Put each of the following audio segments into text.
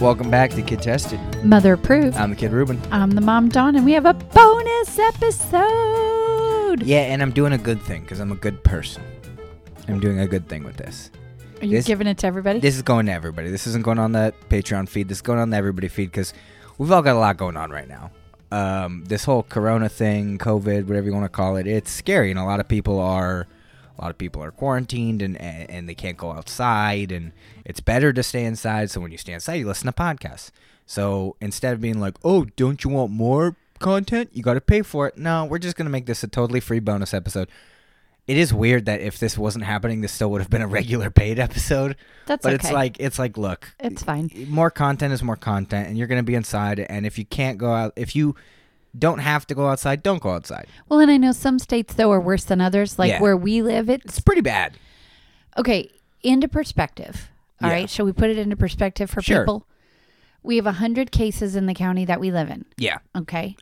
Welcome back to Kid Tested. Mother approved. I'm the Kid Ruben. I'm the mom Dawn, and we have a bonus episode. Yeah, and I'm doing a good thing because I'm a good person. I'm doing a good thing with this. Are you this- giving it to everybody? This is going to everybody. This isn't going on the Patreon feed. This is going on the everybody feed because we've all got a lot going on right now. Um, this whole Corona thing, COVID, whatever you want to call it, it's scary, and a lot of people are, a lot of people are quarantined, and and and they can't go outside, and it's better to stay inside. So when you stay inside, you listen to podcasts. So instead of being like, oh, don't you want more content? You got to pay for it. No, we're just gonna make this a totally free bonus episode. It is weird that if this wasn't happening, this still would have been a regular paid episode That's but okay. it's like it's like look It's fine. more content is more content and you're gonna be inside and if you can't go out if you don't have to go outside don't go outside Well, and I know some states though are worse than others. Like Yeah. where we live, it's it's pretty bad okay. Into perspective. all right. Yeah. Shall we put it into perspective for Sure. people? We have hundred cases in the county that we live in. yeah Okay.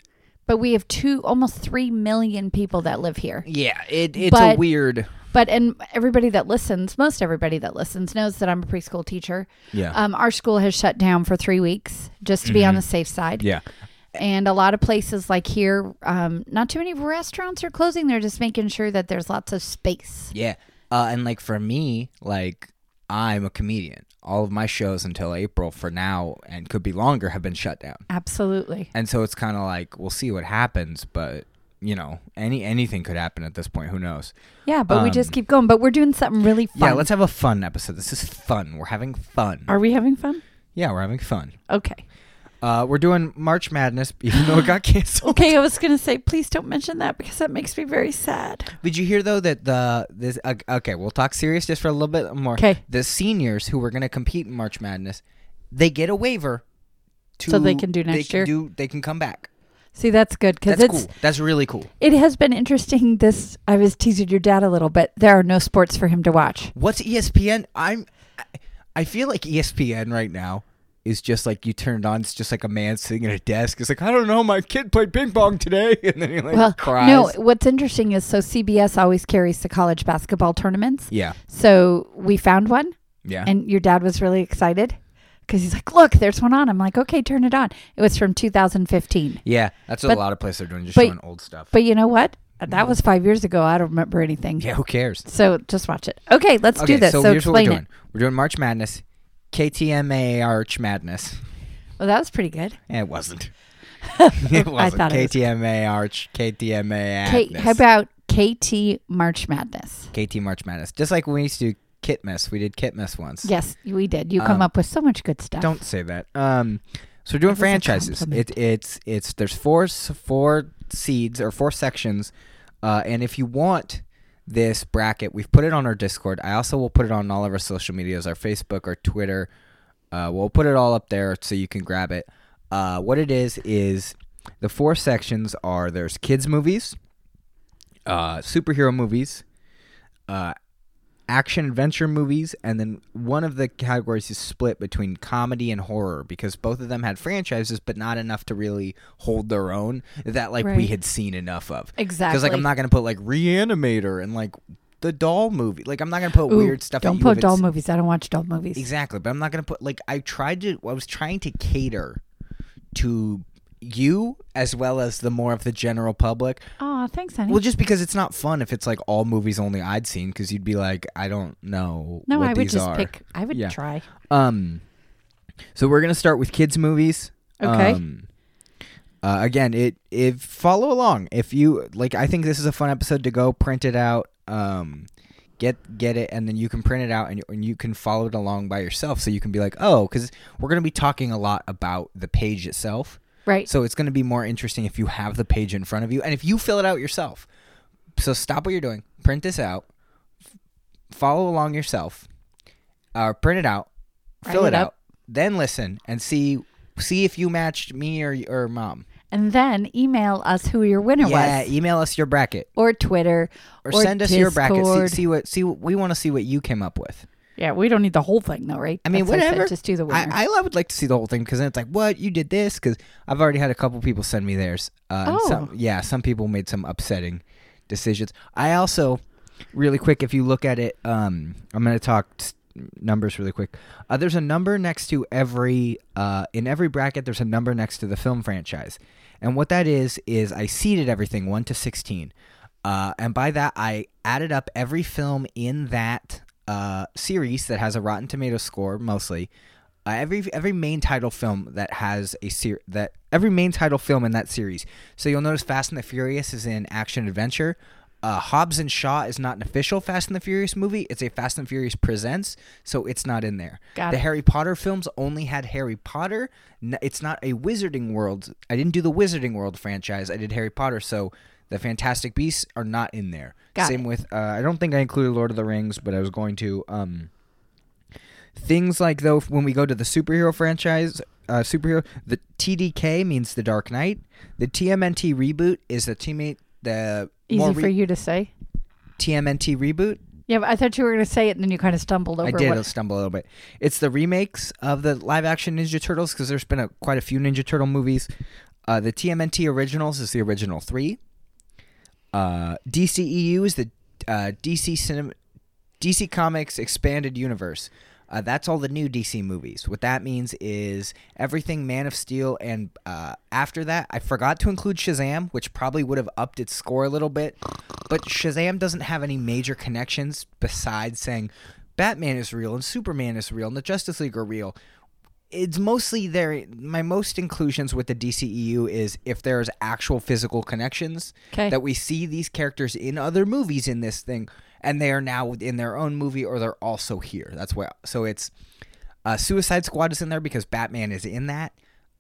But we have two, almost three million people that live here. yeah it, it's a But- weird But and everybody that listens, most everybody that listens knows that I'm a preschool teacher. yeah Um, our school has shut down for three weeks just to be on the safe side. Mm-hmm. yeah And a lot of places like here, um, not too many restaurants are closing. They're just making sure that there's lots of space. yeah uh, and like for me like i'm a comedian all of my shows until april for now and could be longer have been shut down Absolutely. and so it's kind of like we'll see what happens but you know any anything could happen at this point who knows Yeah, but we just keep going. But we're doing something really fun. Um, yeah let's have a fun episode this is fun we're having fun Are we having fun? Yeah, we're having fun. Okay. Uh, we're doing March Madness, even though it got canceled. Okay, I was gonna say, please don't mention that because that makes me very sad. Did you hear though that the this uh, okay? We'll talk serious just for a little bit more. 'Kay. The seniors who were going to compete in March Madness, they get a waiver. To, So they can do they next can year? Do they can come back? See, that's good because That's it's cool. That's really cool. it has been interesting. This I was teasing your dad a little bit. There are no sports for him to watch. What's E ESPN? I'm. I- I feel like E ESPN right now is just like you turn it on. It's just like a man sitting at a desk. It's like I don't know. My kid played ping pong today, and then he like Well, cries. no. What's interesting is so CBS always carries the college basketball tournaments. Yeah. So we found one, Yeah. and your dad was really excited because he's like, "Look, there's one on." I'm like, "Okay, turn it on." It was from 2015, yeah. That's what but- a lot of places are doing. Just but- showing old stuff. but you know what? That was five years ago. I don't remember anything. Mm-hmm. Yeah, who cares? So just watch it. Okay, let's okay, do this. so, So, here's what we're explain doing. it. We're doing March Madness, KTMA Arch Madness. Well, that was pretty good. Eh, It wasn't. it wasn't. thought it was- KTMA Arch, KTMA Kate, Madness. how about KT March Madness? KT March Madness. Just like when we used to do Kitmas. We did Kitmas once. Yes, we did. You come Um, up with so much good stuff. Don't say that. Um, so we're doing It was a franchises. compliment. It, it's it's there's four s- four seeds or four sections, uh, and if you want this bracket, we've put it on our Discord. I also will put it on all of our social medias, our Facebook, our Twitter. Uh, we'll put it all up there so you can grab it. Uh, what it is is the four sections are there's kids movies, uh, superhero movies, uh, action adventure movies, and then one of the categories is split between comedy and horror because both of them had franchises, but not enough to really hold their own that like we Right. had seen enough of. exactly. Because like I'm not gonna put like Reanimator and like the doll movie. Like I'm not gonna put Ooh, weird stuff. that Don't you put haven't doll seen. movies. I don't watch doll movies. Exactly, but I'm not gonna put like I tried to. I was trying to cater to you as well as the more of the general public. Oh, thanks, honey. Well, just because it's not fun if it's like all movies only I'd seen, because you'd be like, I don't know. no, what I would these just are. pick. I would Yeah. try. Um, so we're gonna start with kids movies. Okay. Um, uh, again, it if follow along if you like. I think this is a fun episode to go print it out. Um, get get it, and then you can print it out and you, and you can follow it along by yourself. So you can be like, oh, because we're gonna be talking a lot about the page itself. Right. So it's gonna be more interesting if you have the page in front of you and if you fill it out yourself. So stop what you're doing, print this out, f- follow along yourself, uh, print it out, fill it Write it up. out, then listen and see see if you matched me or or mom. and then email us who your winner yeah, was, email us your bracket or Twitter, or, send us your bracket. Discord. See, see what see what, we want to see what you came up with. Yeah, we don't need the whole thing though, right? I mean, That's what said, whatever. just do the winner. I, I would like to see the whole thing because then it's like, what you did this? Because I've already had a couple people send me theirs. Uh, and Oh. some, yeah. Some people made some upsetting decisions. I also, really quick, if you look at it, um, I'm going to talk s- numbers really quick. Uh, there's a number next to every uh, in every bracket. There's a number next to the film franchise, and what that is is I seeded everything one to sixteen, uh, and by that I added up every film in that uh, series that has a Rotten Tomato score mostly. Uh, every every main title film that has a ser- that every main title film in that series. So you'll notice Fast and the Furious is in action adventure. Uh, Hobbs and Shaw is not an official Fast and the Furious movie. It's a Fast and Furious presents, so it's not in there. Got the it. Harry Potter films only had Harry Potter. N- It's not a Wizarding World. I didn't do the Wizarding World franchise. I did Harry Potter, so the Fantastic Beasts are not in there. Got Same it. with uh, I don't think I included Lord of the Rings, but I was going to. Um, Things like though, when we go to the superhero franchise, uh, superhero the TDK means the Dark Knight. The TMNT reboot is the teammate the Easy re- for you to say. TMNT reboot. Yeah, but I thought you were going to say it, and then you kind of stumbled over. I did What, stumble a little bit. It's the remakes of the live action Ninja Turtles because there's been a, quite a few Ninja Turtle movies. Uh, the TMNT originals is the original three. Uh, DCEU is the uh, DC Cinem- DC Comics Expanded Universe. Uh, that's all the new DC movies. What that means is everything Man of Steel and uh, after that, I forgot to include Shazam, which probably would have upped its score a little bit. But Shazam doesn't have any major connections besides saying Batman is real and Superman is real and the Justice League are real it's mostly there my most inclusions with the DCEU is if there's actual physical connections 'Kay. that we see these characters in other movies in this thing and they are now in their own movie or they're also here that's why so it's uh, Suicide Squad is in there because Batman is in that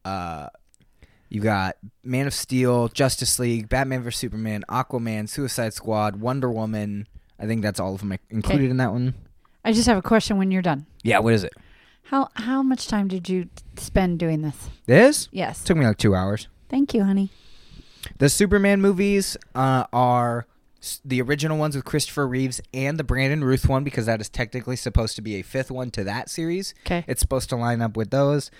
uh you got Man of Steel, Justice League, Batman vs Superman, Aquaman, Suicide Squad, Wonder Woman. I think that's all of them included in that one. I just have a question. When you're done, Yeah, what is it? how how much time did you spend doing this? This Yes. took me like two hours. Thank you, honey. The Superman movies uh, are s- the original ones with Christopher Reeves and the Brandon Ruth one because that is technically supposed to be a fifth one to that series. 'Kay. It's supposed to line up with those.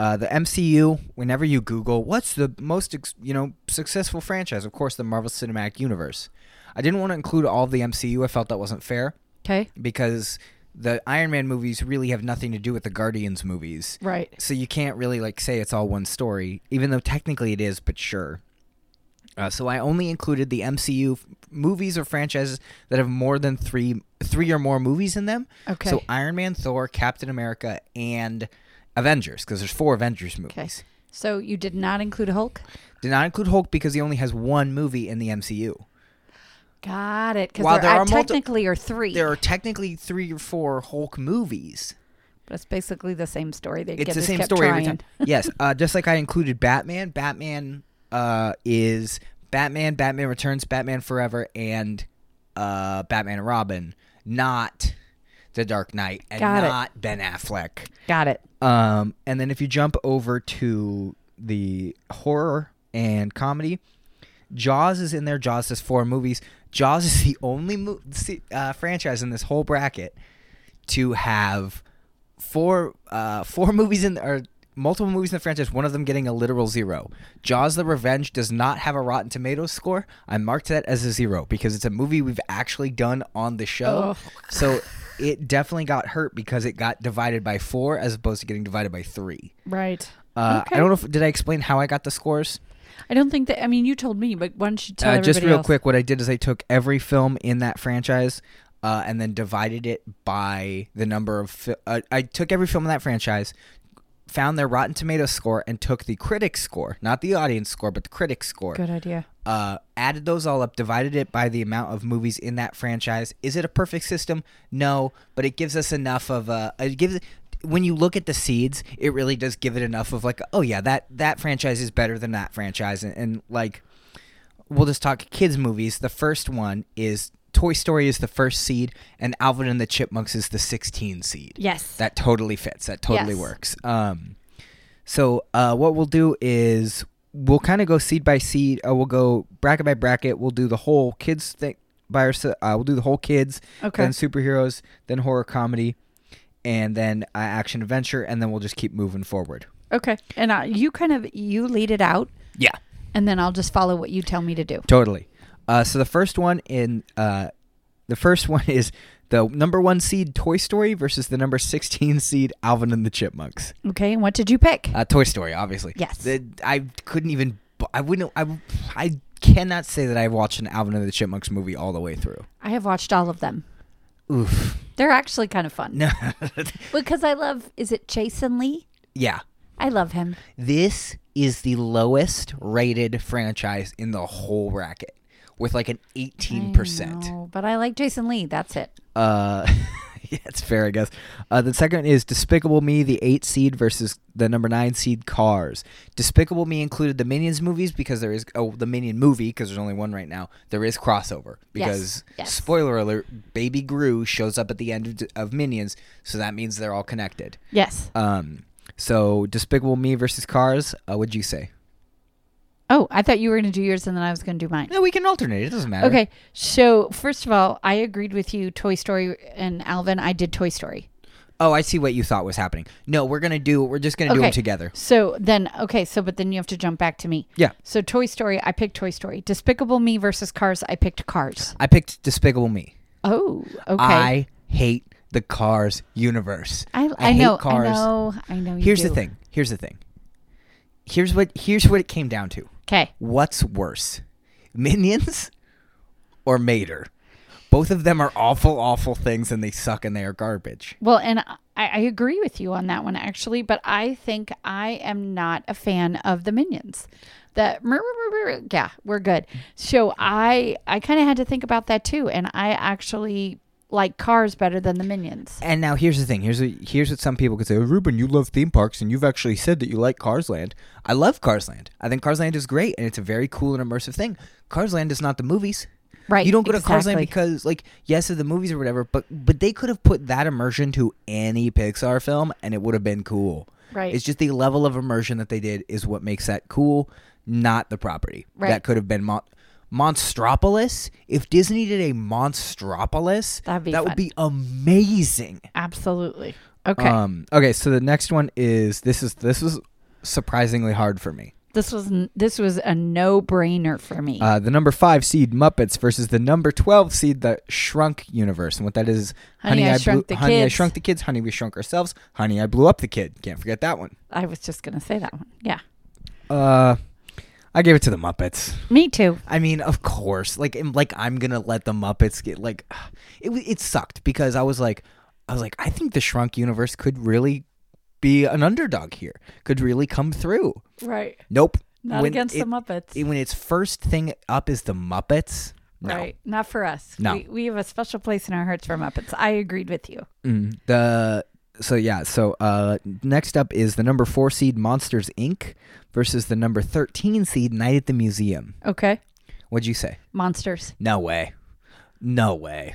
Uh, the MCU, whenever you Google what's the most ex- you know successful franchise, of course the Marvel Cinematic Universe. I didn't want to include all of the MCU. I felt that wasn't fair Okay. because the Iron Man movies really have nothing to do with the Guardians movies. Right. So you can't really like say it's all one story, even though technically it is, but sure. Uh, so I only included the MCU f- movies or franchises that have more than three three or more movies in them. Okay. So Iron Man, Thor, Captain America, and Avengers, because there's four Avengers movies. Okay. So you did not include Hulk. Did not include Hulk because he only has one movie in the MCU. Got it. Because While there, there are are multi- technically are three. There are technically three or four Hulk movies. but it's basically the same story. They it's get- the just same kept story every trying. time. yes, uh, just like I included Batman. Batman uh, is Batman, Batman Returns, Batman Forever, and uh, Batman and Robin, not the Dark Knight, and Got it. not Ben Affleck. Got it. Um, and then if you jump over to the horror and comedy, Jaws is in there. Jaws has four movies. Jaws is the only mo- se- uh, franchise in this whole bracket to have four uh, four movies in or multiple movies in the franchise. One of them getting a literal zero. Jaws: The Revenge does not have a Rotten Tomatoes score. I marked that as a zero because it's a movie we've actually done on the show. Oh. So it definitely got hurt because it got divided by four as opposed to getting divided by three. Right. Uh, Okay. I don't know if did I explain how I got the scores. I don't think that. I mean, you told me, but why don't you tell Uh, everybody just real else? quick, what I did is I took every film in that franchise uh, and then divided it by the number of. Fi- uh, I took every film in that franchise, found their Rotten Tomatoes score, and took the critic score, not the audience score, but the critic score. Good idea. Uh, added those all up, divided it by the amount of movies in that franchise. Is it a perfect system? No, but it gives us enough of a. It gives when you look at the seeds, it really does give it enough of like, oh yeah, that that franchise is better than that franchise, and, and like we'll just talk kids movies. The first one is Toy Story is the first seed, and Alvin and the Chipmunks is the 16 seed. Yes. That totally fits. That totally Yes. works. Um, so uh, what we'll do is we'll kind of go seed by seed. Uh, we'll go bracket by bracket. We'll do the whole kids thing by ourselves. Uh, we'll do the whole kids, Okay. then superheroes, then horror comedy, and then uh, action adventure, and then we'll just keep moving forward. okay. And uh, you kind of you lead it out, Yeah. and then I'll just follow what you tell me to do. Totally. Uh, so the first one in uh, the first one is the number one seed Toy Story versus the number 16 seed Alvin and the Chipmunks. Okay, and what did you pick? Uh, Toy Story, obviously. Yes. The, I couldn't even. b- I wouldn't. I, I cannot say that I watched an Alvin and the Chipmunks movie all the way through. I have watched all of them. Oof. They're actually kind of fun No. because I love. Is it Jason Lee? yeah. I love him. This is the lowest rated franchise in the whole bracket with like an 18%. No, but I like Jason Lee. That's it. Uh, yeah, it's fair, I guess. Uh, the second is Despicable Me, the eight seed versus the number nine seed Cars. Despicable Me included the Minions movies because there is oh the Minion movie because there's only one right now. There is crossover because yes. spoiler alert, Baby Gru shows up at the end of, D- of Minions, so that means they're all connected. Yes. Um, so Despicable Me versus Cars. Uh, what'd you say? Oh, I thought you were going to do yours and then I was going to do mine. No, we can alternate. It doesn't matter. Okay. So, first of all, I agreed with you, Toy Story and Alvin. I did Toy Story. Oh, I see what you thought was happening. No, we're gonna do. We're just gonna do Okay. them together. So then, okay. So, but then you have to jump back to me. Yeah. So, Toy Story, I picked Toy Story. Despicable Me versus Cars, I picked Cars. I picked Despicable Me. Oh, okay. I hate the Cars universe. I, I know. hate Cars. I know. I know. You Here's the thing. Here's the thing. Here's what here's what it came down to. Okay. What's worse, Minions or Mater? Both of them are awful, awful things, and they suck, and they are garbage. Well, and I, I agree with you on that one actually, but I think I am not a fan of the minions. The mer- mer- mer- mer- yeah, we're good. So I I kind of had to think about that too, and I actually like cars better than the minions. And now here's the thing. Here's what, here's what some people could say. Oh, Ruben, you love theme parks, and you've actually said that you like Cars Land. I love Cars Land. I think Cars Land is great, and it's a very cool and immersive thing. Cars Land is not the movies. Right, You don't go to Cars Land exactly. because, like, yes, of the movies or whatever, but but they could have put that immersion to any Pixar film, and it would have been cool. Right. It's just the level of immersion that they did is what makes that cool, not the property. Right. That could have been Mon- Monstropolis. If Disney did a Monstropolis, That'd be that would fun. be amazing. Absolutely. Okay. Um, okay, so the next one is this is this was surprisingly hard for me. this was n- this was a no brainer for me. Uh, the number five seed Muppets versus the number twelve seed the Shrunk Universe, and what that is, Honey, I blew, Shrunk the honey I Kids. shrunk the kids, honey we shrunk ourselves, honey I blew up the kid. Can't forget that one. I was just gonna say that one. Yeah. Uh, I gave it to the Muppets. Me too. I mean, of course, like and, like I'm gonna let the Muppets get like it. wa- It sucked because I was like, I was like, I think the Shrunk Universe could really be an underdog here, could really come through. Right. Nope. Not When against it- the Muppets. it- when its first thing up is the Muppets. No. Right. Not for us. No. We, we have a special place in our hearts for Muppets. I agreed with you. Mm, the so yeah, so uh next up is the number 4 seed Monsters Inc versus the number 13 seed Night at the Museum. Okay. What'd you say? Monsters. No way. No way.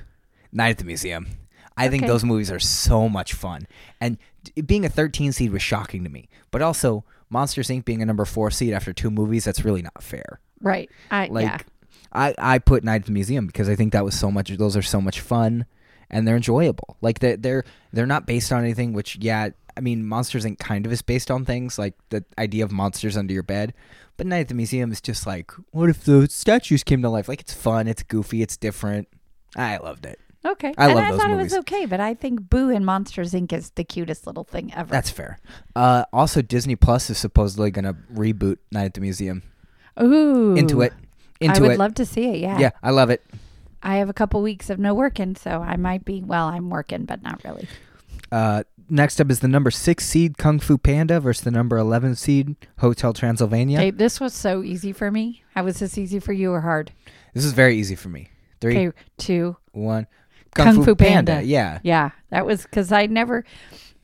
Night at the Museum. I think Okay. those movies are so much fun. And d- being a 13 seed was shocking to me. But also Monsters Inc being a number 4 seed after two movies, that's really not fair. Right. I, Like yeah. I, I put Night at the Museum because I think that was so much those are so much fun and they're enjoyable. Like they they're they're not based on anything which yeah, I mean Monsters Inc. kind of is based on things, like the idea of monsters under your bed. But Night at the Museum is just like, what if the statues came to life? Like it's fun, it's goofy, it's different. I loved it. Okay. I and love I those thought movies. it was okay, but I think Boo and Monsters Inc. is the cutest little thing ever. That's fair. Uh, also Disney Plus is supposedly gonna reboot Night at the Museum. Ooh. Into it. Into I would it. love to see it. Yeah. yeah, I love it. I have a couple weeks of no working, so I might be, well, I'm working, but not really. Uh, next up is the number six seed Kung Fu Panda versus the number eleven seed Hotel Transylvania. Okay. This was so easy for me. How was this easy for you or hard? This is very easy for me. Three, Okay. Two. one. Kung Fu Panda. Yeah. Yeah, that was because I never,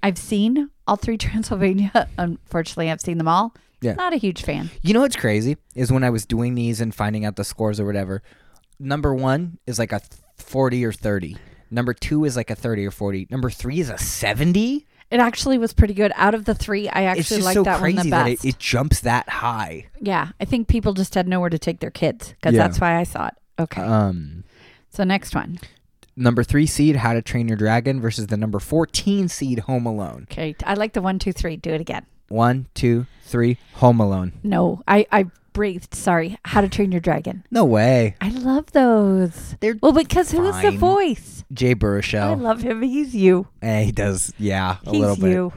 I've seen all three Transylvania. Unfortunately, I've seen them all. Yeah. Not a huge fan. You know what's crazy is when I was doing these and finding out the scores or whatever. Number one is like a th- forty or thirty. Number two is like a thirty or forty. Number three is a seventy. It actually was pretty good. Out of the three, I It's actually just liked so that crazy one the that best. it, it jumps that high. yeah, I think people just had nowhere to take their kids because Yeah. that's why I saw it. Okay, Um, so next one. number three seed How to Train Your Dragon versus the number fourteen seed Home Alone. Okay, I like the one, two, three. Do it again. One, two, three. Home Alone. No, I I breathed. Sorry, How to Train Your Dragon. No way. I love those. They're Well, because who's the Fine. voice? Jay I Baruchel. love him. He's you. Eh, he does. Yeah, a He's little bit. you.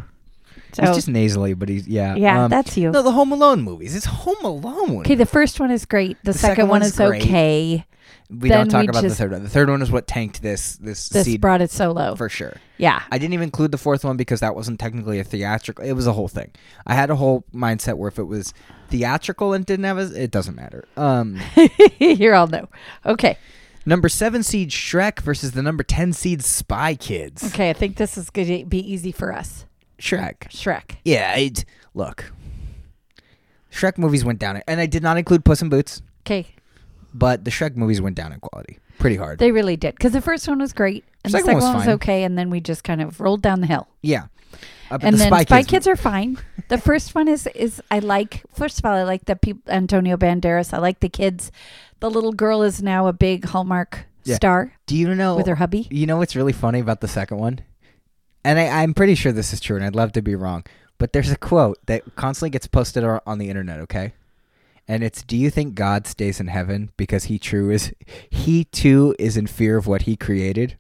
So He's just nasally, but he's yeah. yeah, um, that's you. no, the Home Alone movies. It's Home Alone. Okay, the first one is great. The, The second, second one one's is great. okay. we don't then talk we about the just- third one. The third one is what tanked this this, This seed brought it so low. for sure. yeah. I didn't even include the fourth one because that wasn't technically a theatrical. It was a whole thing. I had a whole mindset where if it was theatrical and didn't have a, it doesn't matter. Um, You're all no. Okay. number seven seed Shrek versus the number ten seed Spy Kids. Okay, I think this is going to be easy for us. Shrek. Shrek. Yeah. It, look, Shrek movies went down, and I did not include Puss in Boots, Okay. but the Shrek movies went down in quality pretty hard. They really did. Because the first one was great. And the Second one second was one was fine. okay. And then we just kind of rolled down the hill. yeah. Uh, but and the then Spy, Kids, mo- are fine. The first one is is I like. First of all, I like the peop Antonio Banderas. I like the kids. The little girl is now a big Hallmark Yeah. Oh. star Do you know with her hubby. You know what's really funny about the second one? And I, I'm pretty sure this is true, and I'd love to be wrong, but there's a quote that constantly gets posted on, on the internet, okay? And it's Do you think God stays in heaven because he true is he too is in fear of what he created?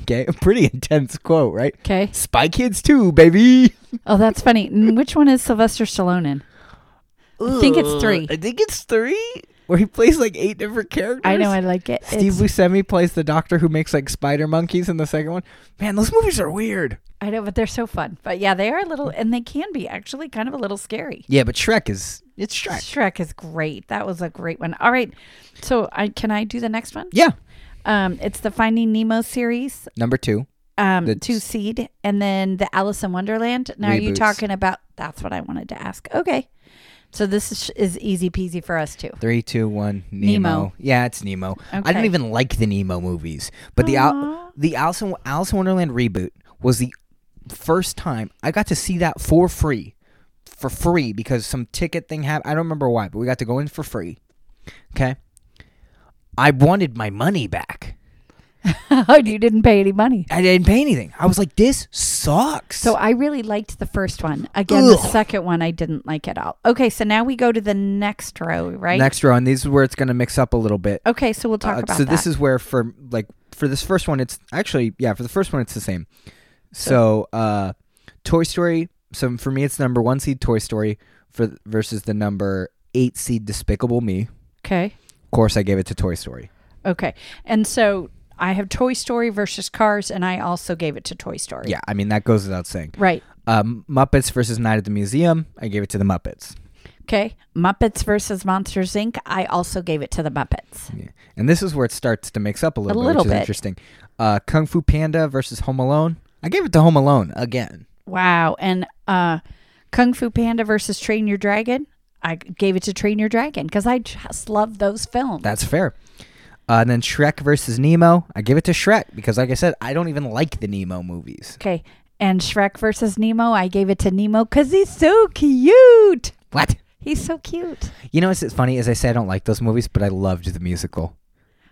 Okay, a pretty intense quote, right? Okay. Spy Kids too, baby. Oh, that's funny. Mm, Which one is Sylvester Stallone in? I think it's three. I think it's three, where he plays like eight different characters. I know I like it. Steve It's- Buscemi plays the doctor who makes like spider monkeys in the second one. Man, those movies are weird. I know, but they're so fun. But yeah, they are a little, and they can be actually kind of a little scary. Yeah, but Shrek is it's Shrek. Shrek is great. That was a great one. All right, so I can I do the next one? Yeah. Um, it's the Finding Nemo series, Number two. um, The- two seed, and then the Alice in Wonderland. Now are you Reboots. talking about? That's what I wanted to ask. Okay, so this is, is easy peasy for us too. Three, two, one. Nemo. Nemo. Yeah, it's Nemo. I didn't Okay. even like the Nemo movies, but the Al- Aw. the Alice in, Alice in Wonderland reboot was the first time I got to see that for free, for free because some ticket thing happened. I don't remember why, but we got to go in for free. Okay. I wanted my money back. oh, you didn't pay any money. I didn't pay anything. I was like, this sucks. So I really liked the first one. Again, the Ugh. second one I didn't like at all. Okay, so now we go to the next row, right? next row, and these is where it's going to mix up a little bit. Okay, so we'll talk Uh, about so that. this is where for like for this first one it's actually yeah for the first one it's the same so uh toy story so for me it's number one seed toy story for versus the number eight seed despicable me of okay. course i gave it to toy story Okay. And so I have Toy Story versus Cars, and I also gave it to Toy Story. yeah i mean that goes without saying Right. um muppets versus night at the museum i gave it to the muppets Okay. Muppets versus Monsters Inc. I also gave it to the Muppets. yeah. and this is where it starts to mix up a little A bit little which is bit. interesting uh kung fu panda versus home alone i gave it to home alone again Wow. And uh, Kung Fu Panda versus Train Your Dragon. I gave it to Train Your Dragon because I just love those films. That's fair. Uh, and then Shrek versus Nemo. I give it to Shrek because, like I said, I don't even like the Nemo movies. okay. And Shrek versus Nemo. I gave it to Nemo because he's so cute. What? He's so cute. You know what's funny is I say I don't like those movies, but I loved the musical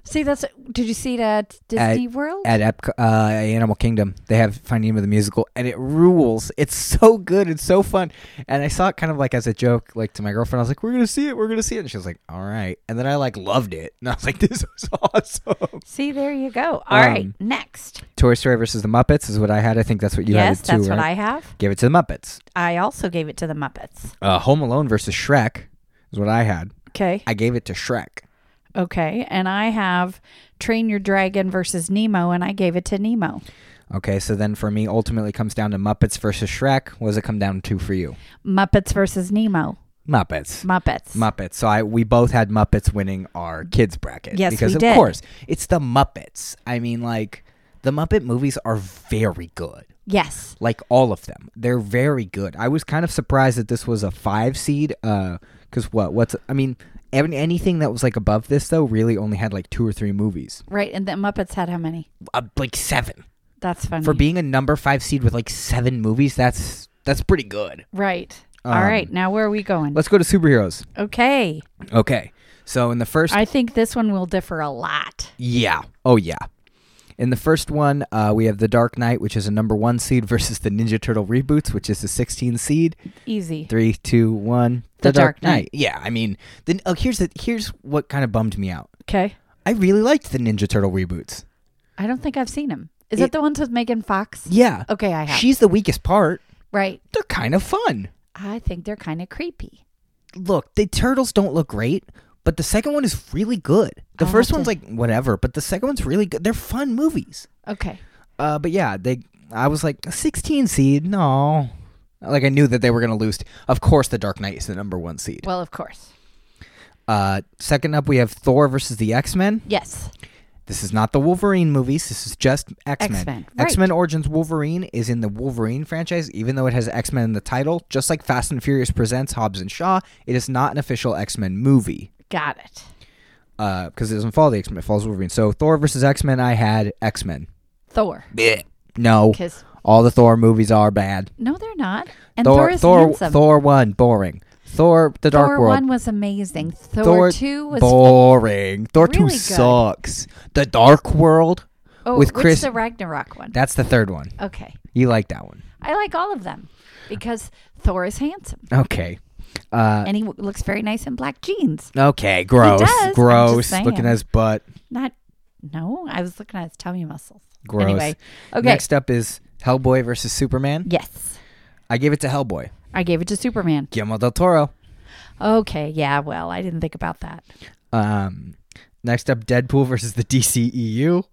See, that's. Did you see it at Disney World? at Epco- uh, Animal Kingdom. They have Finding Nemo the musical, and it rules. It's so good. It's so fun. And I saw it kind of like as a joke, like to my girlfriend. I was like, "We're gonna see it. We're gonna see it." And she was like, "All right." And then I like loved it, and I was like, "This is awesome." see, there you go. All right, Um, Next. Toy Story versus the Muppets is what I had. I think that's what you yes, had too, that's right? what I have. Give it to the Muppets. I also gave it to the Muppets. uh, Home Alone versus Shrek is what I had. Okay. I gave it to Shrek. Okay. And I have Train Your Dragon versus Nemo, and I gave it to Nemo. Okay, so then for me, ultimately it comes down to Muppets versus Shrek. What does it come down to for you? Muppets versus Nemo. Muppets. Muppets. Muppets. So I we both had Muppets winning our kids bracket. Yes, because we of did. course it's the Muppets. I mean, like the Muppet movies are very good. yes. Like all of them, they're very good. I was kind of surprised that this was a five seed. Uh, because what? What's? I mean, any- anything that was like above this though really only had like two or three movies. Right. And the Muppets had how many? Uh, like seven. That's funny. for being a number five seed with like seven movies, that's that's pretty good. right. Um, All right. Now, where are we going? Let's go to superheroes. Okay. Okay. So in the first, I think this one will differ a lot. yeah, oh yeah, In the first one, uh, we have The Dark Knight, which is a number one seed, versus the Ninja Turtle reboots, which is the 16 seed. Easy. Three, two, one. The Dark Knight. Yeah, I mean, then oh, here's the, here's what kind of bummed me out. Okay. I really liked the Ninja Turtle reboots. I don't think I've seen him. Is It- it, the ones with Megan Fox? Yeah, Okay, I have. she's the weakest part. right. They're kind of fun. I think they're kind of creepy. Look, the turtles don't look great, but the second one is really good. The I'll have first one's to- like whatever, but the second one's really good. They're fun movies. Okay. Uh, but yeah, they. I was like 16 seed. No, like I knew that they were gonna lose. Of course, the Dark Knight is the number one seed. Well, of course. Uh, second up, we have Thor versus the X Men. Yes. This is not the Wolverine movies. This is just X Men. X-Men, right. X Men Origins Wolverine is in the Wolverine franchise, even though it has X Men in the title. Just like Fast and Furious presents Hobbs and Shaw, it is not an official X Men movie Got it. because Uh, it doesn't follow the X Men. It follows Wolverine. So Thor versus X Men. I had X Men. Thor. No, Because all the Thor movies are bad. no, they're not. And Thor, Thor, is Thor, handsome. Thor one boring. Thor the Dark Thor World one was amazing. Thor, Thor- two was boring. Thor two really good. sucks. The Dark World. oh, with what's Chris- the Ragnarok one. That's the third one. okay, You like that one? I like all of them because Thor is handsome Okay. Uh, and he w- looks very nice in black jeans. okay. Gross. does, I'm just gross. Looking saying. at his butt. Not no, I was looking at his tummy muscles. Gross. Anyway, okay. Next up is Hellboy versus Superman. Yes, I gave it to Hellboy. I gave it to Superman. Guillermo del Toro. Okay, yeah, well, I didn't think about that. Um, next up, Deadpool versus the DCEU.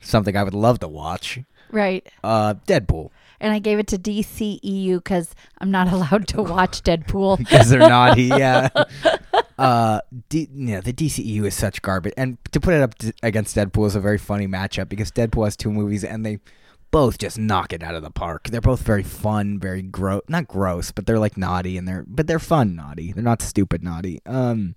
Something I would love to watch. Right. Uh, Deadpool. And I gave it to DCEU because I'm not allowed to watch Deadpool. because they're naughty. Yeah. Uh, D- yeah, the DCEU is such garbage, and to put it up d- against Deadpool is a very funny matchup because Deadpool has two movies, and they both just knock it out of the park. They're both very fun, very gross, not gross, but they're like naughty, and they're but they're fun naughty. They're not stupid naughty. Um,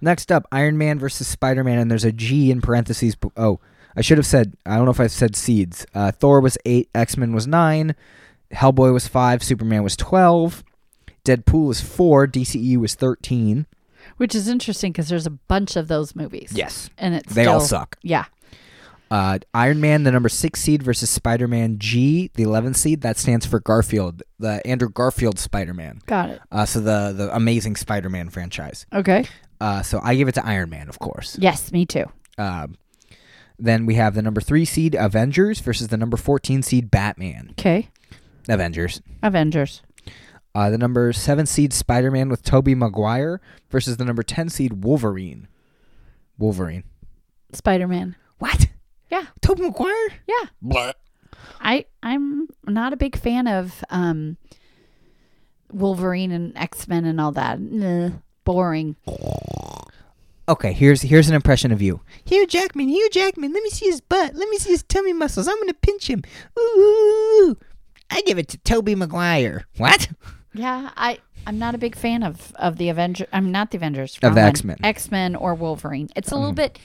next up, Iron Man versus Spider Man, and there's a G in parentheses. b- Oh, I should have said. I don't know if I said seeds. Uh, Thor was eight. X Men was nine. Hellboy was five. Superman was twelve. Deadpool is four. DCEU is thirteen. Which is interesting because there's a bunch of those movies. Yes, And it's they all still- suck. Yeah. Uh, Iron Man, the number six seed, versus Spider Man G, the eleventh seed. That stands for Garfield, the Andrew Garfield Spider Man. Got it. Uh, so the the Amazing Spider Man franchise. Okay. Uh, so I give it to Iron Man, of course. Yes, me too. Um, then we have the number three seed Avengers versus the number fourteen seed Batman. Okay. Avengers. Avengers. Uh, the number seven seed Spider Man with Tobey Maguire versus the number ten seed Wolverine. Wolverine. Spider Man. What? Yeah. Tobey Maguire? Yeah. I I'm not a big fan of um Wolverine and X Men and all that. Nah, boring. Okay, here's here's an impression of you. Hugh Jackman, Hugh Jackman, let me see his butt. Let me see his tummy muscles. I'm gonna pinch him. Ooh. I give it to Toby Maguire. What? Yeah, I I'm not a big fan of of the Avengers. I'm not the Avengers. Of the X-Men. Mm. X Men or Wolverine. It's a little bit.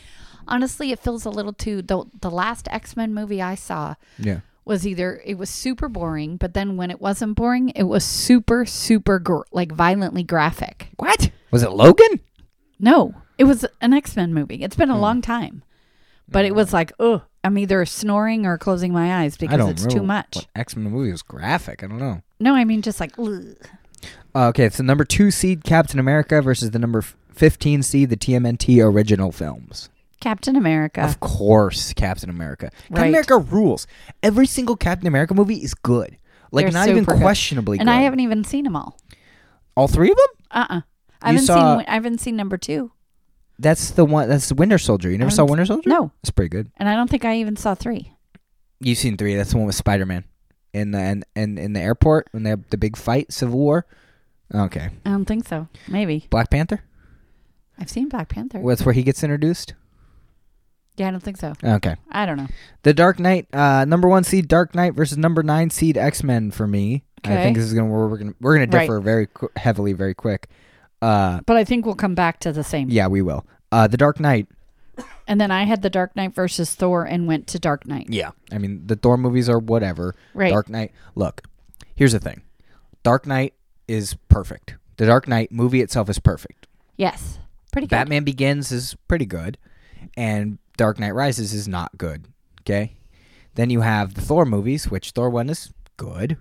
Honestly, it feels a little too. The the last X Men movie I saw Yeah. was either it was super boring, but then when it wasn't boring, it was super super gr- like violently graphic. What? Was it Logan? No, it was an X Men movie. It's Hmm. been a long time, but it was like, ugh, I'm either snoring or closing my eyes because it's too much. X Men movie was graphic. I don't know. Uh, No, I mean just like, ugh. Okay, so number two seed Captain America versus the number f- fifteen seed the TMNT original films. Captain America. Of course, Captain America. Captain Right. America rules. Every single Captain America movie is good. Like They're not even super good. questionably and good. I haven't even seen them all. all three of them. Uh uh I You haven't saw- seen. I haven't seen number two. That's the one. That's the Winter Soldier. You never saw haven't- Winter Soldier? No, That's pretty good. and I don't think I even saw three. You've seen three. That's the one with Spider Man in the in, in in the airport when they have the big fight, Civil War. Okay, I don't think so. Maybe Black Panther. I've seen Black Panther. That's where he gets introduced. Yeah, I don't think so. Okay, I don't know. the Dark Knight. Uh, number one seed Dark Knight versus number nine seed X Men for me. I Okay. think this is gonna we're gonna we're gonna Right. differ very qu- heavily very quick. Uh, But I think we'll come back to the same. yeah, we will. Uh, the Dark Knight. And then I had the Dark Knight versus Thor and went to Dark Knight. Yeah, I mean the Thor movies are whatever. Right. Dark Knight. Look, here's the thing. Dark Knight is perfect. The Dark Knight movie itself is perfect. Yes. Pretty good. Batman Begins is pretty good, and Dark Knight Rises is not good. Okay. Then you have the Thor movies, which Thor 1 is good,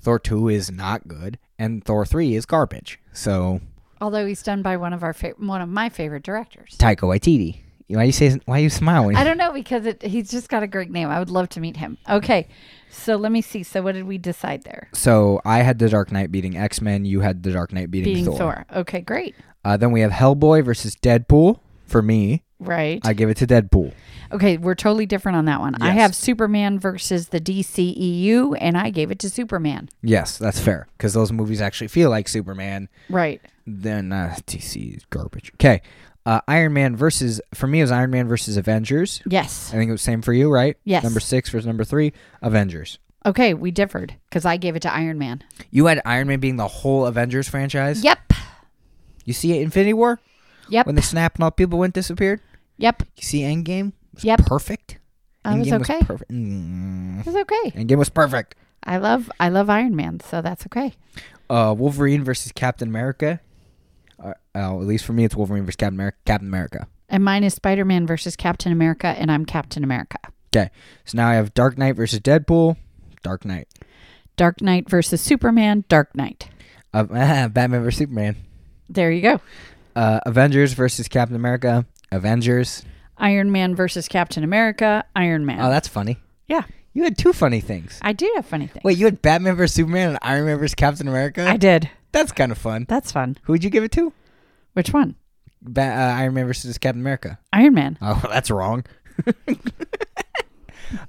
Thor 2 is not good, and Thor 3 is garbage. So, Although he's done by one of our fa- one of my favorite directors. Taika Waititi. Why you say why you smiling? I don't know because it, he's just got a great name. I would love to meet him. Okay, so let me see. So what did we decide there? so, I had The Dark Knight beating X-Men, you had The Dark Knight beating, Being Thor. Thor. Okay, great. Uh, then we have Hellboy versus Deadpool for me. Right. I give it to Deadpool. okay, we're totally different on that one. I Yes. have Superman versus the DCEU, and I gave it to Superman. Yes, that's fair cuz those movies actually feel like Superman. Right. Then uh, DC is garbage. Okay. Uh, Iron Man versus for me it was Iron Man versus Avengers. I Yes. think it was same for you, right? Yes. Number 6 versus number 3, Avengers. Okay, we differed because I gave it to Iron Man. You had Iron Man being the whole Avengers franchise. Yep. You see it Infinity War Yep. when they snapped and all people went disappeared. yep. You see Endgame? It was Yep. perfect. I was Endgame okay. was perfect. Mm. It's okay. Endgame was perfect. I love I love Iron Man, so that's okay. uh, Wolverine versus Captain America. Uh, oh, at least for me, it's Wolverine versus Captain America. Captain America. And mine is Spider Man versus Captain America, and I'm Captain America. Okay, so now I have Dark Knight versus Deadpool. Dark Knight. Dark Knight versus Superman, Dark Knight. Uh, Batman versus Superman. There you go. Uh, Avengers versus Captain America. Avengers. Iron Man versus Captain America, Iron Man. Oh, that's funny. yeah. You had two funny things. I do have funny things. Wait, you had Batman versus Superman and Iron Man versus Captain America. I did. that's kind of fun. That's fun. Who would you give it to? Which one? Ba- uh, Iron Man versus Captain America. Iron Man. Oh, that's wrong.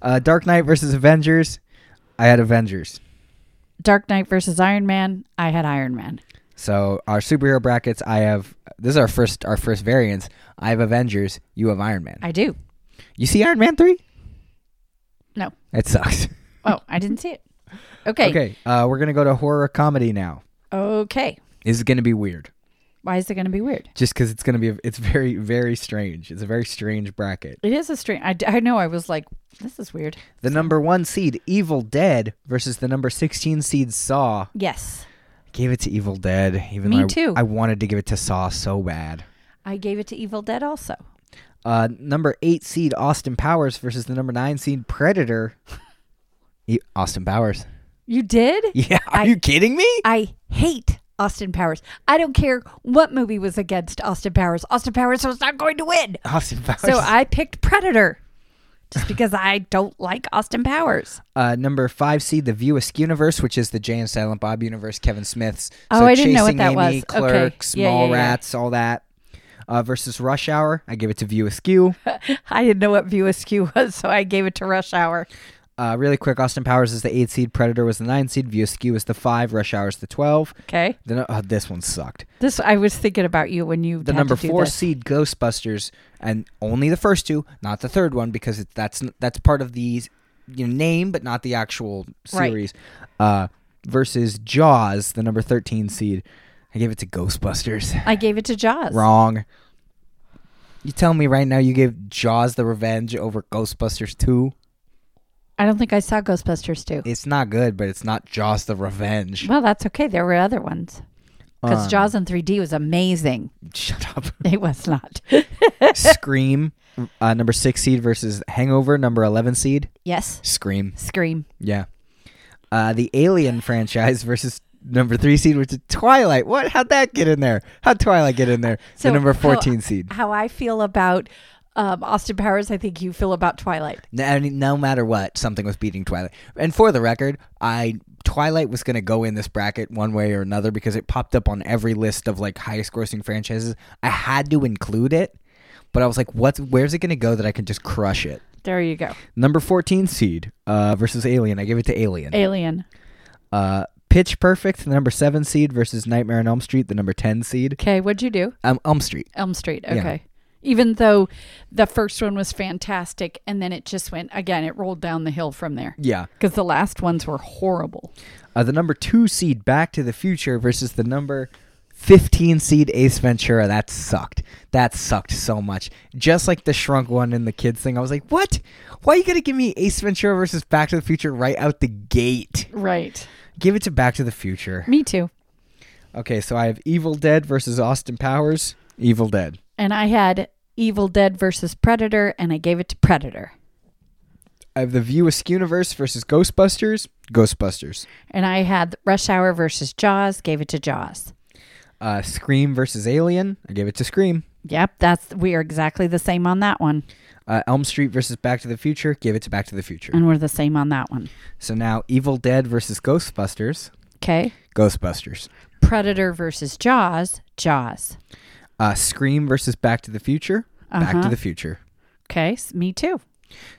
uh, Dark Knight versus Avengers. I had Avengers. Dark Knight versus Iron Man. I had Iron Man. So our superhero brackets, I have this is our first our first variants. I have Avengers, you have Iron Man. I do. you see Iron Man three? No. It sucks. Oh, I didn't see it. Okay. Okay. okay, uh, we're gonna go to horror comedy now. This is gonna be weird, Why is it going to be weird? just because it's gonna be it's very very strange. It's a very strange bracket. It is a strange. I, d- I know. I was like, this is weird. The number one seed, Evil Dead, versus the number sixteen seed, Saw. Yes. Gave it to Evil Dead, even Me though I- too. I wanted to give it to Saw so bad. I gave it to Evil Dead also. Uh, number eight seed Austin Powers versus the number nine seed Predator. E- Austin Powers. You did? Yeah, are I- you kidding me? I hate Austin Powers. I don't care what movie was against Austin Powers. Austin Powers was not going to win. Austin Powers. So I picked Predator just because I don't like Austin Powers. uh, number five seed The View Askew Universe, which is the Jay and Silent Bob universe, Kevin Smith's. Oh, so I didn't know what Chasing that Amy, was. Okay. Clerks, Yeah, yeah, Small yeah. Rats, all that. Uh, versus Rush Hour, I give it to View Askew. I didn't know what View Askew was, so I gave it to Rush Hour. Uh, really quick, Austin Powers is the eight seed, Predator was the nine seed, View Askew is the five, Rush Hour is the twelve. Okay. Then uh, this one sucked. This I was thinking about you when you the had number to do four this. seed Ghostbusters, and only the first two, not the third one, because it, that's that's part of the you know, name, but not the actual Right. series. Uh, versus Jaws, the number thirteen seed. I gave it to Ghostbusters. I gave it to Jaws. Wrong. You tell me right now you gave Jaws the Revenge over Ghostbusters two. I don't think I saw Ghostbusters too. It's not good, but it's not Jaws the Revenge. Well, that's okay. There were other ones because Um, Jaws in 3D was amazing. Shut up. It was not. Scream, uh, number six seed versus Hangover, number eleven seed. yes. Scream. Scream. Yeah. Uh, the Alien franchise versus number three seed, which is Twilight. What? How'd that get in there? How'd Twilight get in there? So the number how- 14 seed. How I feel about um, Austin Powers, I think you feel about Twilight. No, I mean, no matter what, something was beating Twilight. And for the record, I Twilight was going to go in this bracket one way or another because it popped up on every list of like highest grossing franchises. I had to include it, but I was like, what's where's it going to go that I can just crush it? There you go. Number 14 seed uh, versus Alien. I give it to Alien. Alien. Uh, Pitch Perfect, the number seven seed, versus Nightmare on Elm Street, the number ten seed. Okay, what'd you do? Um, Elm Street. Elm Street. Yeah. Okay. Even though the first one was fantastic, and then it just went again, it rolled down the hill from there Yeah. because the last ones were horrible. Uh, the number two seed, Back to the Future, versus the number fifteen seed, Ace Ventura. That sucked. That sucked so much. Just like the shrunk one and the kids thing. I was like, what? Why you gonna give me Ace Ventura versus Back to the Future right out the gate? Right. Give it to Back to the Future. Me too. Okay, so I have Evil Dead versus Austin Powers. Evil Dead. And I had Evil Dead versus Predator, and I gave it to Predator. I have the View Universe versus Ghostbusters. Ghostbusters. And I had Rush Hour versus Jaws, gave it to Jaws. Uh, Scream versus Alien. I gave it to Scream. Yep, that's we are exactly the same on that one. Uh, Elm Street versus Back to the Future. Gave it to Back to the Future. And we're the same on that one. So now Evil Dead versus Ghostbusters. Okay. Ghostbusters. Predator versus Jaws, Jaws. Uh, Scream versus Back to the Future. Back Uh-huh. to the Future. Okay, s- me too.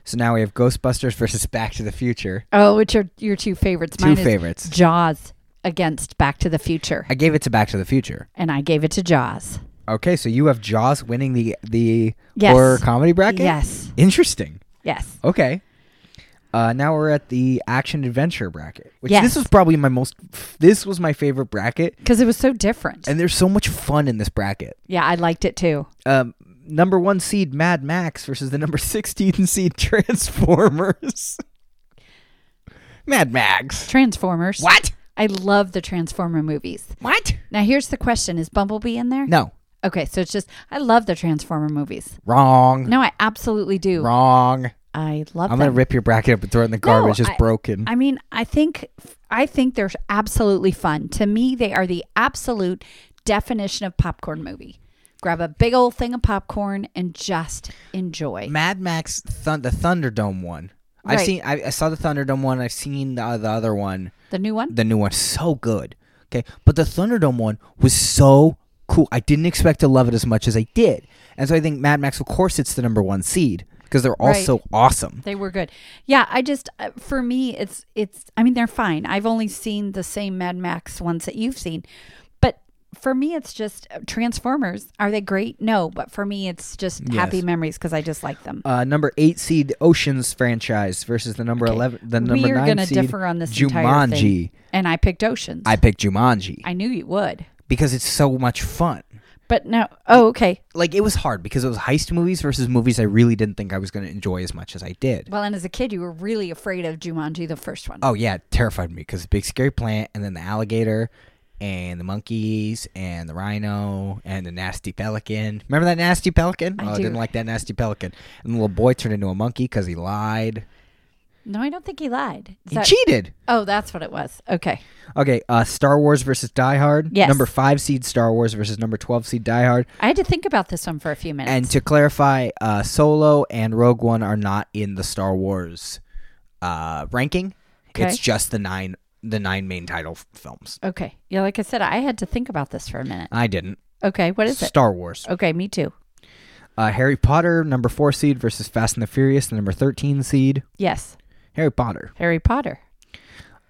So now we have Ghostbusters versus Back to the Future. Oh, which are your two favorites? Two Mine is favorites. Jaws against Back to the Future. I gave it to Back to the Future. And I gave it to Jaws. Okay, so you have Jaws winning the the Yes. horror comedy bracket. Yes. Interesting. Yes. Okay. Uh, now we're at the action adventure bracket, which Yes. this was probably my most. This was my favorite bracket, Because it was so different. and there's so much fun in this bracket. yeah, I liked it too. Um, number one seed Mad Max versus the number sixteen seed Transformers. Mad Max. Transformers. What? I love the Transformer movies. What? Now here's the question: Is Bumblebee in there? No, Okay, so it's just I love the Transformer movies. wrong. No, I absolutely do. Mm. Wrong. I love I'm them. gonna rip your bracket up and throw it in the garbage. it's I- broken. I mean, I think I think they're absolutely fun. To me, they are the absolute definition of popcorn movie. Grab a big old thing of popcorn and just enjoy. Mad Max Thun- the Thunderdome one. I've Right. seen. I, I saw the Thunderdome one. I've seen the, the other one. The new one? The new one so good. Okay, but the Thunderdome one was so cool. I didn't expect to love it as much as I did, and so I think Mad Max. Of course, it's the number one seed because they're all Right. so awesome. They were good. Yeah, I just uh, for me it's it's I mean they're fine. I've only seen the same Mad Max ones that you've seen. But for me it's just uh, Transformers. Are they great? No, but for me it's just happy Yes. memories cuz I just like them. Uh, number eight seed Oceans franchise versus the number eleven. The number we are nine going to seed differ on this entire Jumanji. thing. And I picked Oceans. I picked Jumanji I knew you would. because it's so much fun. But no. Oh, okay. Like it was hard because it was heist movies versus movies I really didn't think I was going to enjoy as much as I did. Well, and as a kid, you were really afraid of Jumanji, the first one. Oh yeah, it terrified me because the big scary plant, and then the alligator, and the monkeys, and the rhino, and the nasty pelican. Remember that nasty pelican? I oh, I do. didn't like that nasty pelican. And the little boy turned into a monkey because he lied. No, I don't think he lied. Is He that- cheated. oh, that's what it was. Okay. Okay, uh, Star Wars versus Die Hard. Yes. Number five seed Star Wars versus number twelve seed Die Hard. I had to think about this one for a few minutes. And to clarify, uh, Solo and Rogue One are not in the Star Wars uh, ranking. Okay. It's just the nine the nine main title f- films. okay. Yeah, like I said, I had to think about this for a minute. I didn't. Okay. What is it? Star Wars. Okay. Me too. Uh, Harry Potter, number four seed, versus Fast and the Furious, the number 13 seed. Yes. Harry Potter. Harry Potter.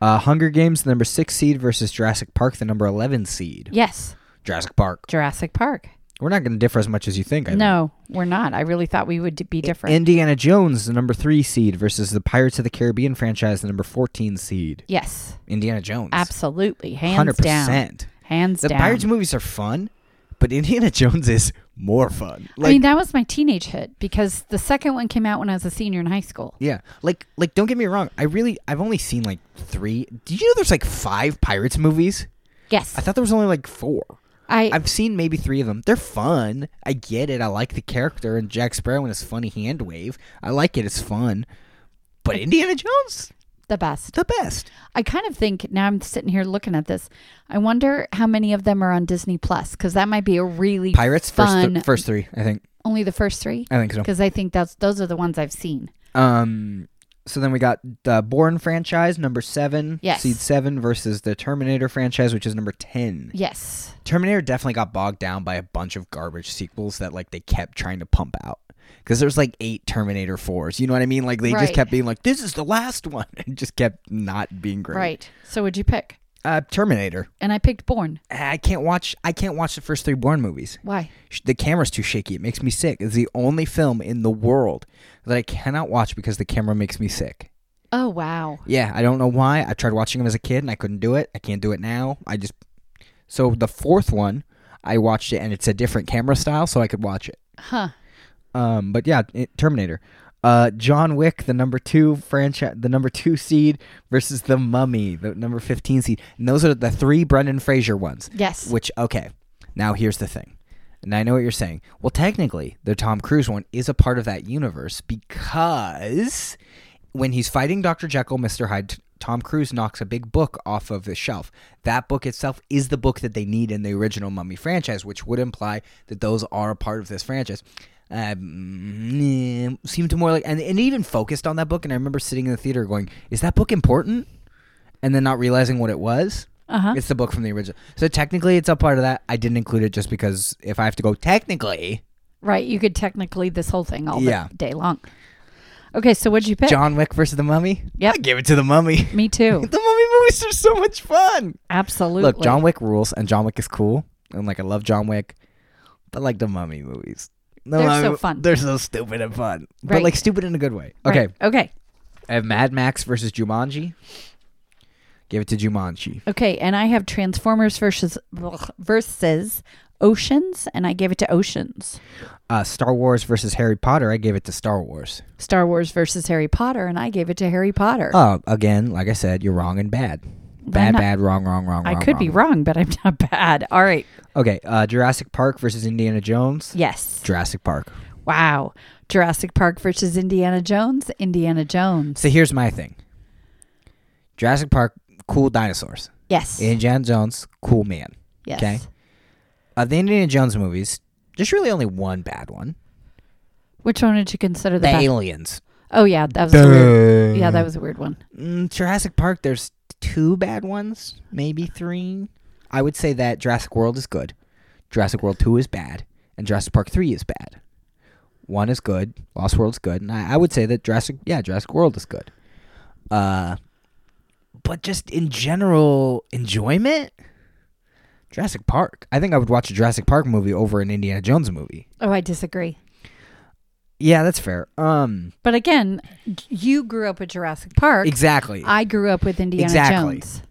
Uh, Hunger Games, the number six seed, versus Jurassic Park, the number 11 seed. Yes. Jurassic Park. Jurassic Park. We're not going to differ as much as you think. I think. No, we're not. I really thought we would d- be different. Indiana Jones, the number three seed, versus the Pirates of the Caribbean franchise, the number 14 seed. yes. Indiana Jones. Absolutely. Hands 100%. down. Hands The down. Pirates movies are fun, but Indiana Jones is more fun. Like, I mean, that was my teenage hit because the second one came out when I was a senior in high school. Yeah, like like don't get me wrong. I really I've only seen like three. Did you know there's like five pirates movies? Yes. I thought there was only like four. I, I've seen maybe three of them. They're fun. I get it. I like the character and Jack Sparrow and his funny hand wave. I like it. It's fun. But Indiana Jones, the best. the best. I kind of think now I'm sitting here looking at this. I wonder how many of them are on Disney Plus because that might be a really Pirates first, th- fun. first three. I think. only the first three I think so. because I think that's those are the ones I've seen. Um. So then we got the Bourne franchise, number seven, Yes. seed seven, versus the Terminator franchise, which is number ten. Yes, Terminator definitely got bogged down by a bunch of garbage sequels that like they kept trying to pump out. Because there's like eight Terminator fours, you know what I mean? Like they Right. just kept being like, "This is the last one," and just kept not being great. right. So would you pick? Uh, Terminator. And I picked Born. I can't watch. I can't watch the first three Bourne movies. Why? Sh- The camera's too shaky. It makes me sick. It's the only film in the world that I cannot watch because the camera makes me sick. Oh wow. Yeah, I don't know why. I tried watching them as a kid and I couldn't do it. I can't do it now. I just so the fourth one, I watched it and it's a different camera style, so I could watch it. Huh. Um, but yeah, it, Terminator. Uh, John Wick, the number two franchise, the number two seed versus the Mummy, the number fifteen seed, and those are the three Brendan Fraser ones. Yes. Which okay, now here's the thing, and I know what you're saying. Well, technically, the Tom Cruise one is a part of that universe because when he's fighting Dr. Jekyll, Mr. Hyde, t- Tom Cruise knocks a big book off of the shelf. That book itself is the book that they need in the original Mummy franchise, which would imply that those are a part of this franchise. Um, seemed to more like, and, and it even focused on that book. And I remember sitting in the theater going, Is that book important? And then not realizing what it was. Uh-huh. It's the book from the original. So technically, it's a part of that. I didn't include it just because if I have to go technically, Right. You could technically this whole thing all Yeah. the day long. Okay, so what'd you pick? John Wick versus the Mummy, Yep. I give it to the Mummy. Me too. the Mummy movies are so much fun. Absolutely. Look, John Wick rules, and John Wick is cool, and like I love John Wick, but like the Mummy movies, The They're Mummy so mo- fun. They're so stupid and fun, but Right. like stupid in a good way. Right. Okay, Okay. I have Mad Max versus Jumanji. Give it to Jumanji. Okay, and I have Transformers versus versus Oceans, and I gave it to Oceans. Uh, Star Wars versus Harry Potter. I gave it to Star Wars. Star Wars versus Harry Potter, and I gave it to Harry Potter. Uh, again, like I said, you're wrong and bad. Bad, not- bad, wrong, wrong, wrong. I wrong, could be wrong, but I'm not bad. All right. Okay, uh, Jurassic Park versus Indiana Jones. Yes. Jurassic Park. Wow. Jurassic Park versus Indiana Jones. Indiana Jones. So here's my thing. Jurassic Park, cool dinosaurs. Yes. Indiana Jones, cool man. yes. okay. Uh, the Indiana Jones movies, there's really only one bad one. Which one did you consider the The best? Aliens. Oh yeah, that was a weird. Yeah, that was a weird one. Mm, Jurassic Park, there's two bad ones, maybe three. I would say that Jurassic World is good. Jurassic World 2 is bad. And Jurassic Park 3 is bad. One is good. Lost World's good. And I, I would say that Jurassic, yeah, Jurassic World is good. Uh, but just in general enjoyment, Jurassic Park. I think I would watch a Jurassic Park movie over an Indiana Jones movie. Oh, I disagree. Yeah, that's fair. Um, But again, you grew up with Jurassic Park. exactly. I grew up with Indiana Exactly. Jones.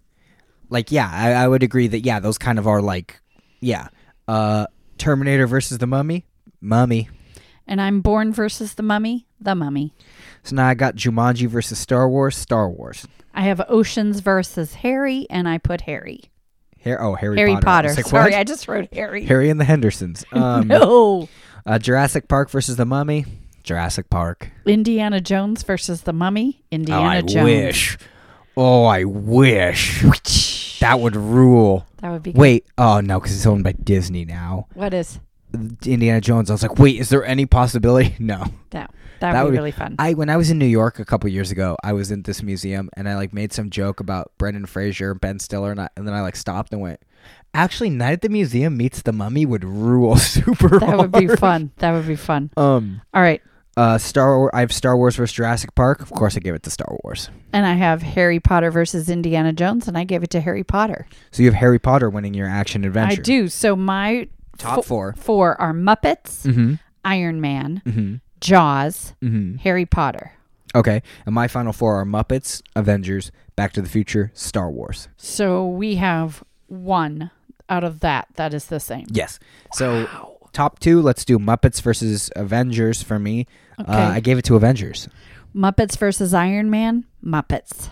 like yeah I, I would agree that yeah those kind of are like yeah uh terminator versus the mummy mummy And I'm born versus the mummy, the mummy. so now i got jumanji versus star wars star wars I have Oceans versus Harry, and I put Harry. Har- oh harry, Harry Potter. I was like, Sorry, what? I just wrote Harry. harry and the hendersons um no. uh, jurassic park versus the mummy jurassic park Indiana Jones versus the mummy. Indiana Jones. oh i wish that would rule That would be good. wait oh no because it's owned by disney now What is indiana jones i was like wait is there any possibility no that? That, That would would be be- really fun. I when I was in New York a couple years ago, I was in this museum and I like made some joke about Brendan Fraser, Ben Stiller, and, I, and then I like stopped and went, actually, Night at the Museum meets the Mummy would rule super. that would be hard." fun. That would be fun. Um, All right. uh, Star War. I have Star Wars versus Jurassic Park. Of course, I give it to Star Wars. And I have Harry Potter versus Indiana Jones, and I gave it to Harry Potter. So you have Harry Potter winning your action I adventure. do. So my Top four. four are Muppets, Mm-hmm. Iron Man, Mm-hmm. Jaws, Mm-hmm. Harry Potter. Okay, and my final four are Muppets, Avengers, Back to the Future, Star Wars. So we have one out of that that is the same. Yes. So top two, let's do Muppets versus Avengers for me. Okay. Uh, I gave it to Avengers. Muppets versus Iron Man, Muppets.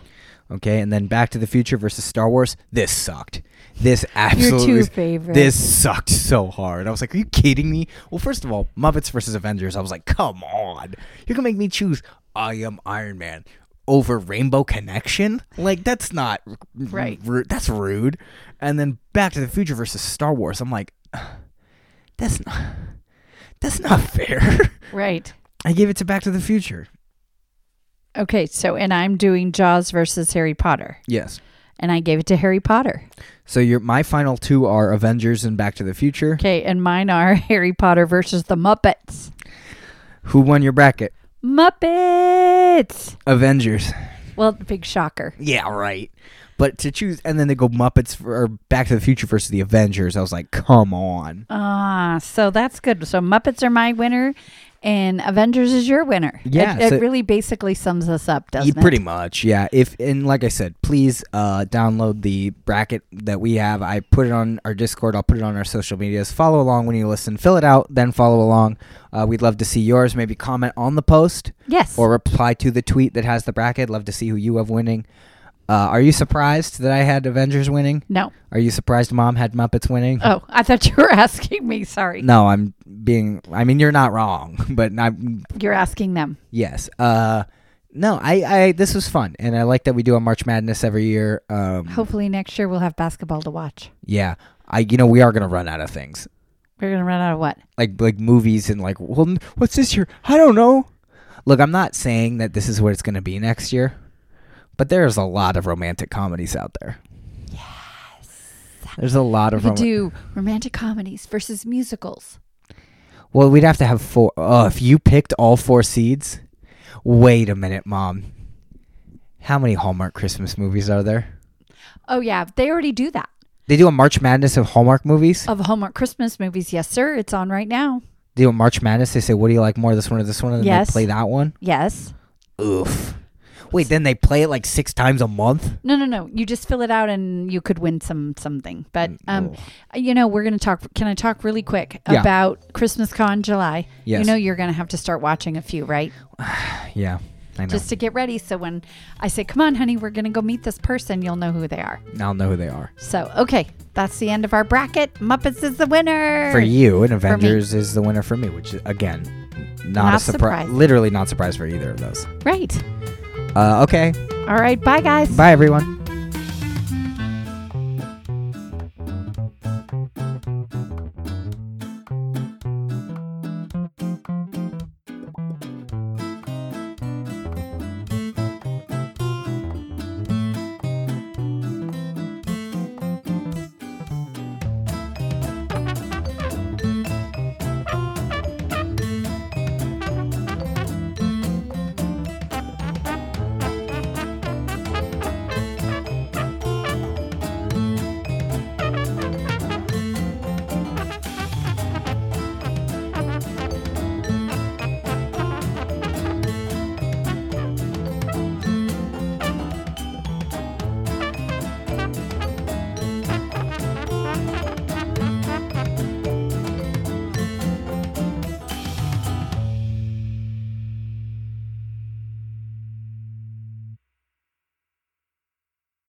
Okay, and then Back to the Future versus Star Wars. This sucked. This Your absolutely. two favorites. This sucked so hard. I was like, "Are you kidding me?" Well, first of all, Muppets versus Avengers. I was like, "Come on, you're gonna make me choose I am Iron Man over Rainbow Connection? Like that's not r- Right. ru- that's rude." And then Back to the Future versus Star Wars. I'm like, "That's not that's not fair." Right. I gave it to Back to the Future. Okay, so and I'm doing Jaws versus Harry Potter. Yes. And I gave it to Harry Potter. So your my final two are Avengers and Back to the Future. Okay, and mine are Harry Potter versus the Muppets. Who won your bracket? Muppets. Avengers. Well, big shocker. Yeah, right. But to choose, and then they go Muppets for, or Back to the Future versus the Avengers. I was like, come on. Ah, so that's good. So Muppets are my winner and Avengers is your winner. It- Yeah, It, so- really basically sums us up, doesn't Yeah, it? pretty much, yeah. If and like I said, please uh, download the bracket that we have. I put it on our Discord. I'll put it on our social medias. Follow along when you listen. Fill it out, then follow along. Uh, we'd love to see yours. Maybe comment on the post. Yes. or reply to the tweet that has the bracket. Love to see who you have winning. Uh, are you surprised that I had Avengers winning? no. Are you surprised Mom had Muppets winning? Oh, I thought you were asking me. Sorry. no, I'm being. I mean, you're not wrong, but I'm You're asking them. yes. Uh, no, I, I this was fun, and I like that we do a March Madness every year. Um, Hopefully next year we'll have basketball to watch. yeah, I you know we are gonna run out of things We're gonna run out of what? like like movies and like well n- what's this year? I don't know. Look, I'm not saying that this is what it's gonna be next year, but there's a lot of romantic comedies out there. Yes, there's a lot We of could romantic. do romantic comedies versus musicals. Well, we'd have to have four. Oh, if you picked all four seeds, wait a minute, mom. How many Hallmark Christmas movies are there? Oh yeah, they already do that. They do a March Madness of Hallmark movies. Of Hallmark Christmas movies, yes sir, it's on right now. They do a March Madness. They say, "What do you like more, this one or this one?" And then Yes. they play that one. Yes. Oof. Wait, then they play it like six times a month. No, no, no. You just fill it out and you could win some something. But um, oh. you know, we're gonna talk. Can I talk really quick Yeah. about Christmas Con July? You Yes. know, you're gonna have to start watching a few, right? oh, Yeah, I know. Just to get ready. So when I say, "Come on, honey, we're gonna go meet this person," you'll know who they are. I'll know who they are. So okay, that's the end of our bracket. Muppets is the winner. For you, and Avengers is the winner for me, which is, again, not, a Not surprise. surprising. Literally not surprised for either of those. right? Uh, okay, All right. Bye, guys. bye everyone.